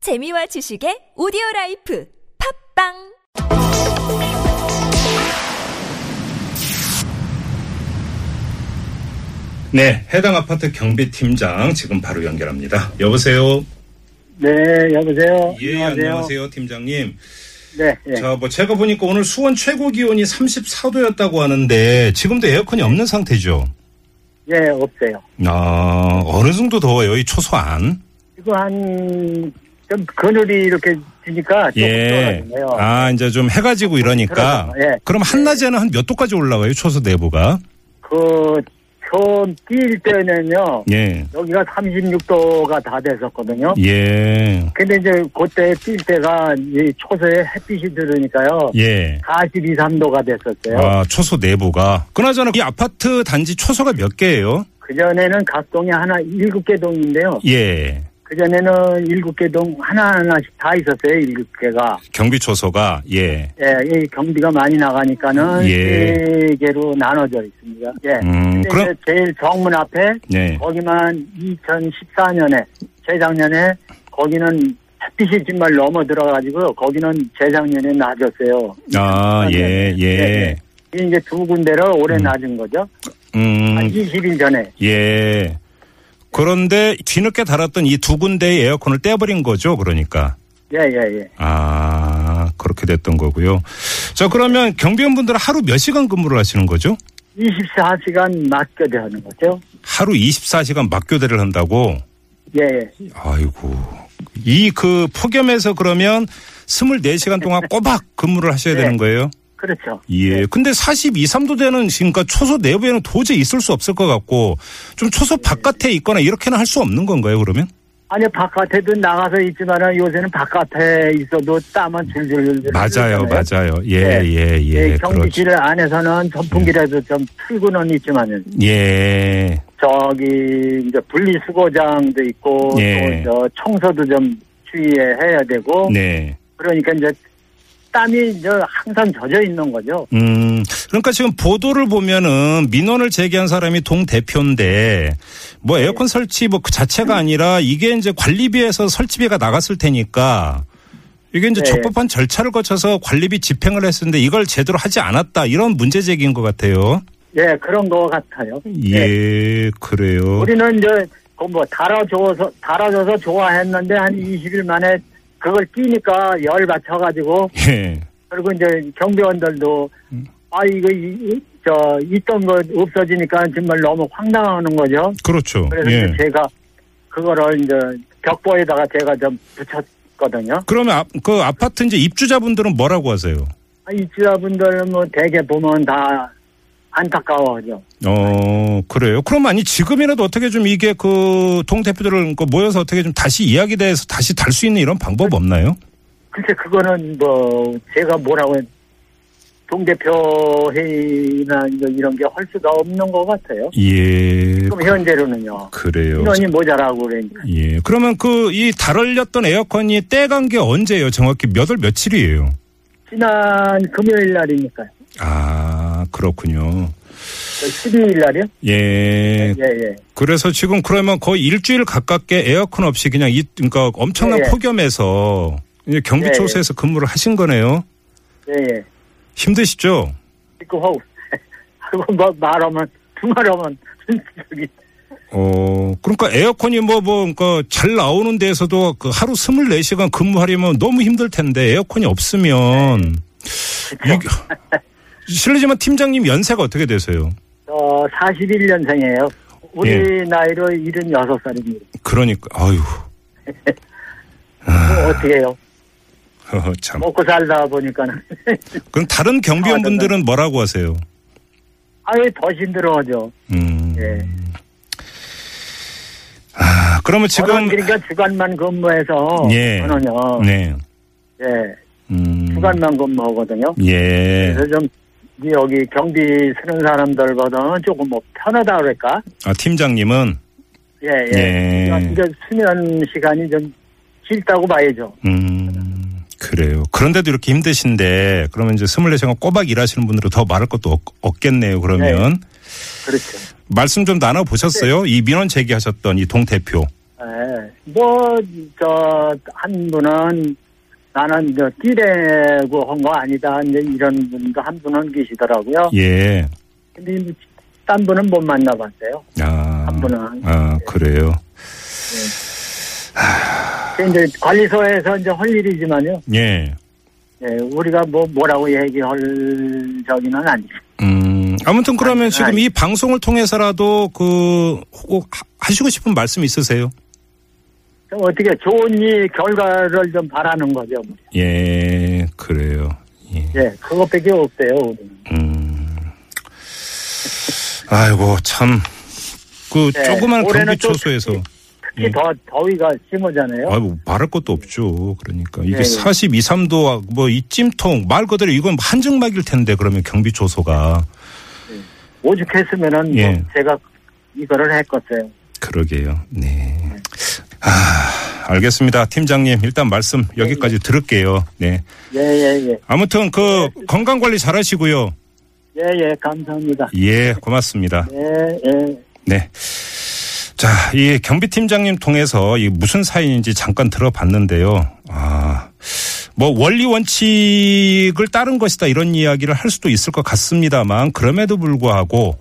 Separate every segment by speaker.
Speaker 1: 재미와 지식의 오디오 라이프 팝빵
Speaker 2: 네, 해당 아파트 경비팀장 지금 바로 연결합니다. 여보세요.
Speaker 3: 네, 여보세요.
Speaker 2: 예, 안녕하세요, 팀장님.
Speaker 3: 네, 예.
Speaker 2: 자, 뭐 제가 보니까 오늘 수원 최고 기온이 34도였다고 하는데 지금도 에어컨이 없는 상태죠.
Speaker 3: 예, 없어요.
Speaker 2: 아, 어느 정도 더워요, 이 초소안.
Speaker 3: 이거 한, 좀 그늘이 이렇게 지니까 조금 떨어지네요.
Speaker 2: 예. 아, 이제 좀 해가 지고 이러니까.
Speaker 3: 예. 그러네요. 예.
Speaker 2: 그럼 한낮에는 한 몇 도까지 올라가요, 초소 내부가?
Speaker 3: 그, 처음 뛸 때는요,
Speaker 2: 예.
Speaker 3: 여기가 36도가 다 됐었거든요.
Speaker 2: 예.
Speaker 3: 근데 이제 그때 뛸 때가 이 초소에 햇빛이 들으니까요.
Speaker 2: 예.
Speaker 3: 42, 3도가 됐었어요.
Speaker 2: 아, 초소 내부가. 그나저나 이 아파트 단지 초소가 몇 개예요?
Speaker 3: 그전에는 각 동이 하나, 일곱 개 동인데요.
Speaker 2: 예.
Speaker 3: 그전에는 일곱 개 동 하나하나씩 다 있었어요, 일곱 개가.
Speaker 2: 경비 초소가 예.
Speaker 3: 예, 이 경비가 많이 나가니까는
Speaker 2: 예.
Speaker 3: 세 개로 나눠져 있습니다. 예.
Speaker 2: 음,
Speaker 3: 근데
Speaker 2: 그럼-
Speaker 3: 이제 제일 정문 앞에
Speaker 2: 네.
Speaker 3: 거기만 2014년에 재작년에 거기는 햇빛이 정말 넘어 들어가지고 거기는 재작년에 낮았어요.
Speaker 2: 아,
Speaker 3: 네,
Speaker 2: 예, 예.
Speaker 3: 이게 이제 두 군데로 올해 낮은 거죠. 한 아,
Speaker 2: 음,
Speaker 3: 20일 전에.
Speaker 2: 예. 그런데 뒤늦게 달았던 이 두 군데의 에어컨을 떼버린 거죠, 그러니까.
Speaker 3: 예, 예, 예.
Speaker 2: 아, 그렇게 됐던 거고요. 자, 그러면 경비원분들은 하루 몇 시간 근무를 하시는 거죠?
Speaker 3: 24시간 맞게 하는 거죠.
Speaker 2: 하루 24시간 맞교대를 한다고?
Speaker 3: 예, 예.
Speaker 2: 아이고. 이 그 폭염에서 그러면 24시간 동안 꼬박 근무를 하셔야
Speaker 3: 네.
Speaker 2: 되는 거예요?
Speaker 3: 그렇죠.
Speaker 2: 예. 근데 42, 3도 되는 그러니까 초소 내부에는 도저히 있을 수 없을 것 같고 좀
Speaker 3: 네.
Speaker 2: 초소 바깥에 있거나 이렇게는 할 수 없는 건가요, 그러면?
Speaker 3: 아니 바깥에도 나가서 있지만은 요새는 바깥에 있어도 땀은 줄줄줄
Speaker 2: 맞아요,
Speaker 3: 흘리잖아요.
Speaker 2: 맞아요. 예,
Speaker 3: 예, 네.
Speaker 2: 예, 예.
Speaker 3: 예,
Speaker 2: 그렇죠.
Speaker 3: 경비실 안에서는 선풍기라도 좀 틀고는 있지만은
Speaker 2: 예.
Speaker 3: 저기 이제 분리수거장도 있고
Speaker 2: 예.
Speaker 3: 또저 청소도 좀 주의해야 되고
Speaker 2: 네.
Speaker 3: 그러니까 이제 땀이 저 항상 젖어 있는 거죠.
Speaker 2: 음. 그러니까 지금 보도를 보면은 민원을 제기한 사람이 동 대표인데 뭐
Speaker 3: 네.
Speaker 2: 에어컨 설치 뭐 그 자체가 아니라 이게 이제 관리비에서 설치비가 나갔을 테니까 이게 이제
Speaker 3: 네.
Speaker 2: 적법한 절차를 거쳐서 관리비 집행을 했었는데 이걸 제대로 하지 않았다 이런 문제 제기인 것 같아요.
Speaker 3: 예, 그런 거 같아요. 예.
Speaker 2: 예, 그래요.
Speaker 3: 우리는 이제 그뭐 달아줘서 달아줘서 좋아했는데 한 20일 만에 그걸 끼니까 열 받쳐가지고
Speaker 2: 예.
Speaker 3: 그리고 이제 경비원들도
Speaker 2: 음.
Speaker 3: 아 이거 이, 이- 저 있던 거 없어지니까 정말 너무 황당하는 거죠.
Speaker 2: 그렇죠.
Speaker 3: 그래서
Speaker 2: 예.
Speaker 3: 이제 제가 그거를 이제 벽보에다가 제가 좀 붙였거든요.
Speaker 2: 그러면 아, 그 아파트 이제 입주자분들은 뭐라고 하세요?
Speaker 3: 아, 입주자분들은 뭐 대개 보면 다 안타까워하죠.
Speaker 2: 어, 그래요. 그럼 아니 지금이라도 어떻게 좀 이게 그 동 대표들을 그 모여서 어떻게 좀 다시 이야기 대해서 다시 달 수 있는 이런 방법 없나요?
Speaker 3: 글쎄 그거는 뭐 제가 뭐라고 동대표 회의나 이제 이런 게 할 수가 없는 것 같아요.
Speaker 2: 예.
Speaker 3: 지금 현재로는요.
Speaker 2: 그래요.
Speaker 3: 인원이 모자라고 그러니까.
Speaker 2: 예. 그러면 그 이 달얼렸던 에어컨이 떼간 게 언제예요? 정확히 몇 월 며칠이에요?
Speaker 3: 지난 금요일 날이니까요.
Speaker 2: 아, 그렇군요.
Speaker 3: 12일 날이요?
Speaker 2: 예.
Speaker 3: 예, 예.
Speaker 2: 그래서 지금 그러면 거의 일주일 가깝게 에어컨 없이 그냥 이 그러니까 엄청난
Speaker 3: 예, 예.
Speaker 2: 폭염에서 이제 경비
Speaker 3: 예, 예.
Speaker 2: 초소에서 근무를 하신 거네요.
Speaker 3: 예, 예.
Speaker 2: 힘드시죠?
Speaker 3: 듣고 하고 하고 뭐 말하면 두 말하면 저기
Speaker 2: 어 그러니까 에어컨이 뭐 뭐 그러니까 잘 나오는 데에서도 그 하루 24시간 근무하려면 너무 힘들 텐데 에어컨이 없으면 이게- 실례지만 팀장님 연세가 어떻게 되세요?
Speaker 3: 어 41년생이에요. 우리
Speaker 2: 예.
Speaker 3: 나이로 76살입니다.
Speaker 2: 그러니까 아유 아.
Speaker 3: 뭐 어떻게 해요?
Speaker 2: 참.
Speaker 3: 먹고 살다 보니까는
Speaker 2: 그럼 다른
Speaker 3: 아, 네.
Speaker 2: 경비원분들은 뭐라고 하세요?
Speaker 3: 아예 더 힘들어하죠.
Speaker 2: 음.
Speaker 3: 예.
Speaker 2: 아, 그러면 지금
Speaker 3: 저는 그러니까 주간만 근무해서
Speaker 2: 예.
Speaker 3: 저는요.
Speaker 2: 네.
Speaker 3: 예.
Speaker 2: 음.
Speaker 3: 주간만 근무하거든요.
Speaker 2: 예.
Speaker 3: 그래서 좀 여기 경비 쓰는 사람들보다는 조금 뭐 편하다 그럴까?
Speaker 2: 아, 팀장님은
Speaker 3: 예, 예.
Speaker 2: 예.
Speaker 3: 이제 수면 시간이 좀 길다고 봐야죠.
Speaker 2: 음. 그래요. 그런데도 이렇게 힘드신데 그러면 이제 24시간 꼬박 일하시는 분들은 더 말할 것도 없, 없겠네요. 그러면
Speaker 3: 그렇죠. 네.
Speaker 2: 말씀 좀 나눠 보셨어요? 이 민원 제기하셨던 이 동 대표.
Speaker 3: 예. 뭐, 저, 한 분은 나는 저 끼대고 한 거 아니다. 이제 이런 분도 한 분은 계시더라고요.
Speaker 2: 예.
Speaker 3: 근데 이제 딴 분은 못 만나봤어요.
Speaker 2: 아.
Speaker 3: 한 분은.
Speaker 2: 아, 그래요.
Speaker 3: 근데 이제 관리소에서 이제 할 일이지만요.
Speaker 2: 예.
Speaker 3: 예, 우리가 뭐, 뭐라고 얘기할 적이는 아니죠.
Speaker 2: 음, 아무튼 그러면
Speaker 3: 아니,
Speaker 2: 지금
Speaker 3: 아니.
Speaker 2: 이 방송을 통해서라도 그, 혹 하- 하시고 싶은 말씀 있으세요?
Speaker 3: 좀 어떻게 좋은 이 결과를 좀 바라는 거죠. 뭐.
Speaker 2: 예, 그래요. 예.
Speaker 3: 예, 그것밖에 없어요, 우리는.
Speaker 2: 음. 아이고, 참. 그,
Speaker 3: 네,
Speaker 2: 조그만
Speaker 3: 올해는 또
Speaker 2: 경기초소에서.
Speaker 3: 특히
Speaker 2: 예.
Speaker 3: 더 더위가 심하잖아요.
Speaker 2: 아, 뭐 말할 것도 없죠. 그러니까 이게
Speaker 3: 어? 네.
Speaker 2: 42, 3도 뭐 이 찜통 말 그대로 이건 한증막일 텐데 그러면 경비 조소가
Speaker 3: 오죽했으면은
Speaker 2: 예.
Speaker 3: 뭐 제가 이거를 했겠어요.
Speaker 2: 그러게요. 네. 아, 알겠습니다. 팀장님 일단 말씀
Speaker 3: 네.
Speaker 2: 여기까지 들을게요. 네.
Speaker 3: 예, 예, 예.
Speaker 2: 아무튼 그 건강 관리 잘하시고요.
Speaker 3: 예, 예, 감사합니다.
Speaker 2: 예, 고맙습니다.
Speaker 3: 예, 예.
Speaker 2: 네. 자, 이 경비팀장님 통해서 이 무슨 사이인지 잠깐 들어봤는데요. 아, 뭐 원리 원칙을 따른 것이다 이런 이야기를 할 수도 있을 것 같습니다만 그럼에도 불구하고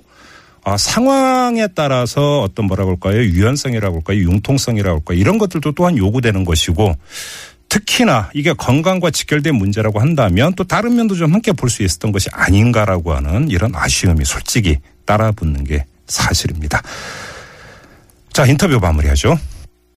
Speaker 2: 아, 상황에 따라서 어떤 뭐라 그럴까요? 유연성이라고 할까요? 융통성이라고 할까요? 이런 것들도 또한 요구되는 것이고 특히나 이게 건강과 직결된 문제라고 한다면 또 다른 면도 좀 함께 볼 수 있었던 것이 아닌가라고 하는 이런 아쉬움이 솔직히 따라붙는 게 사실입니다. 자, 인터뷰 마무리하죠.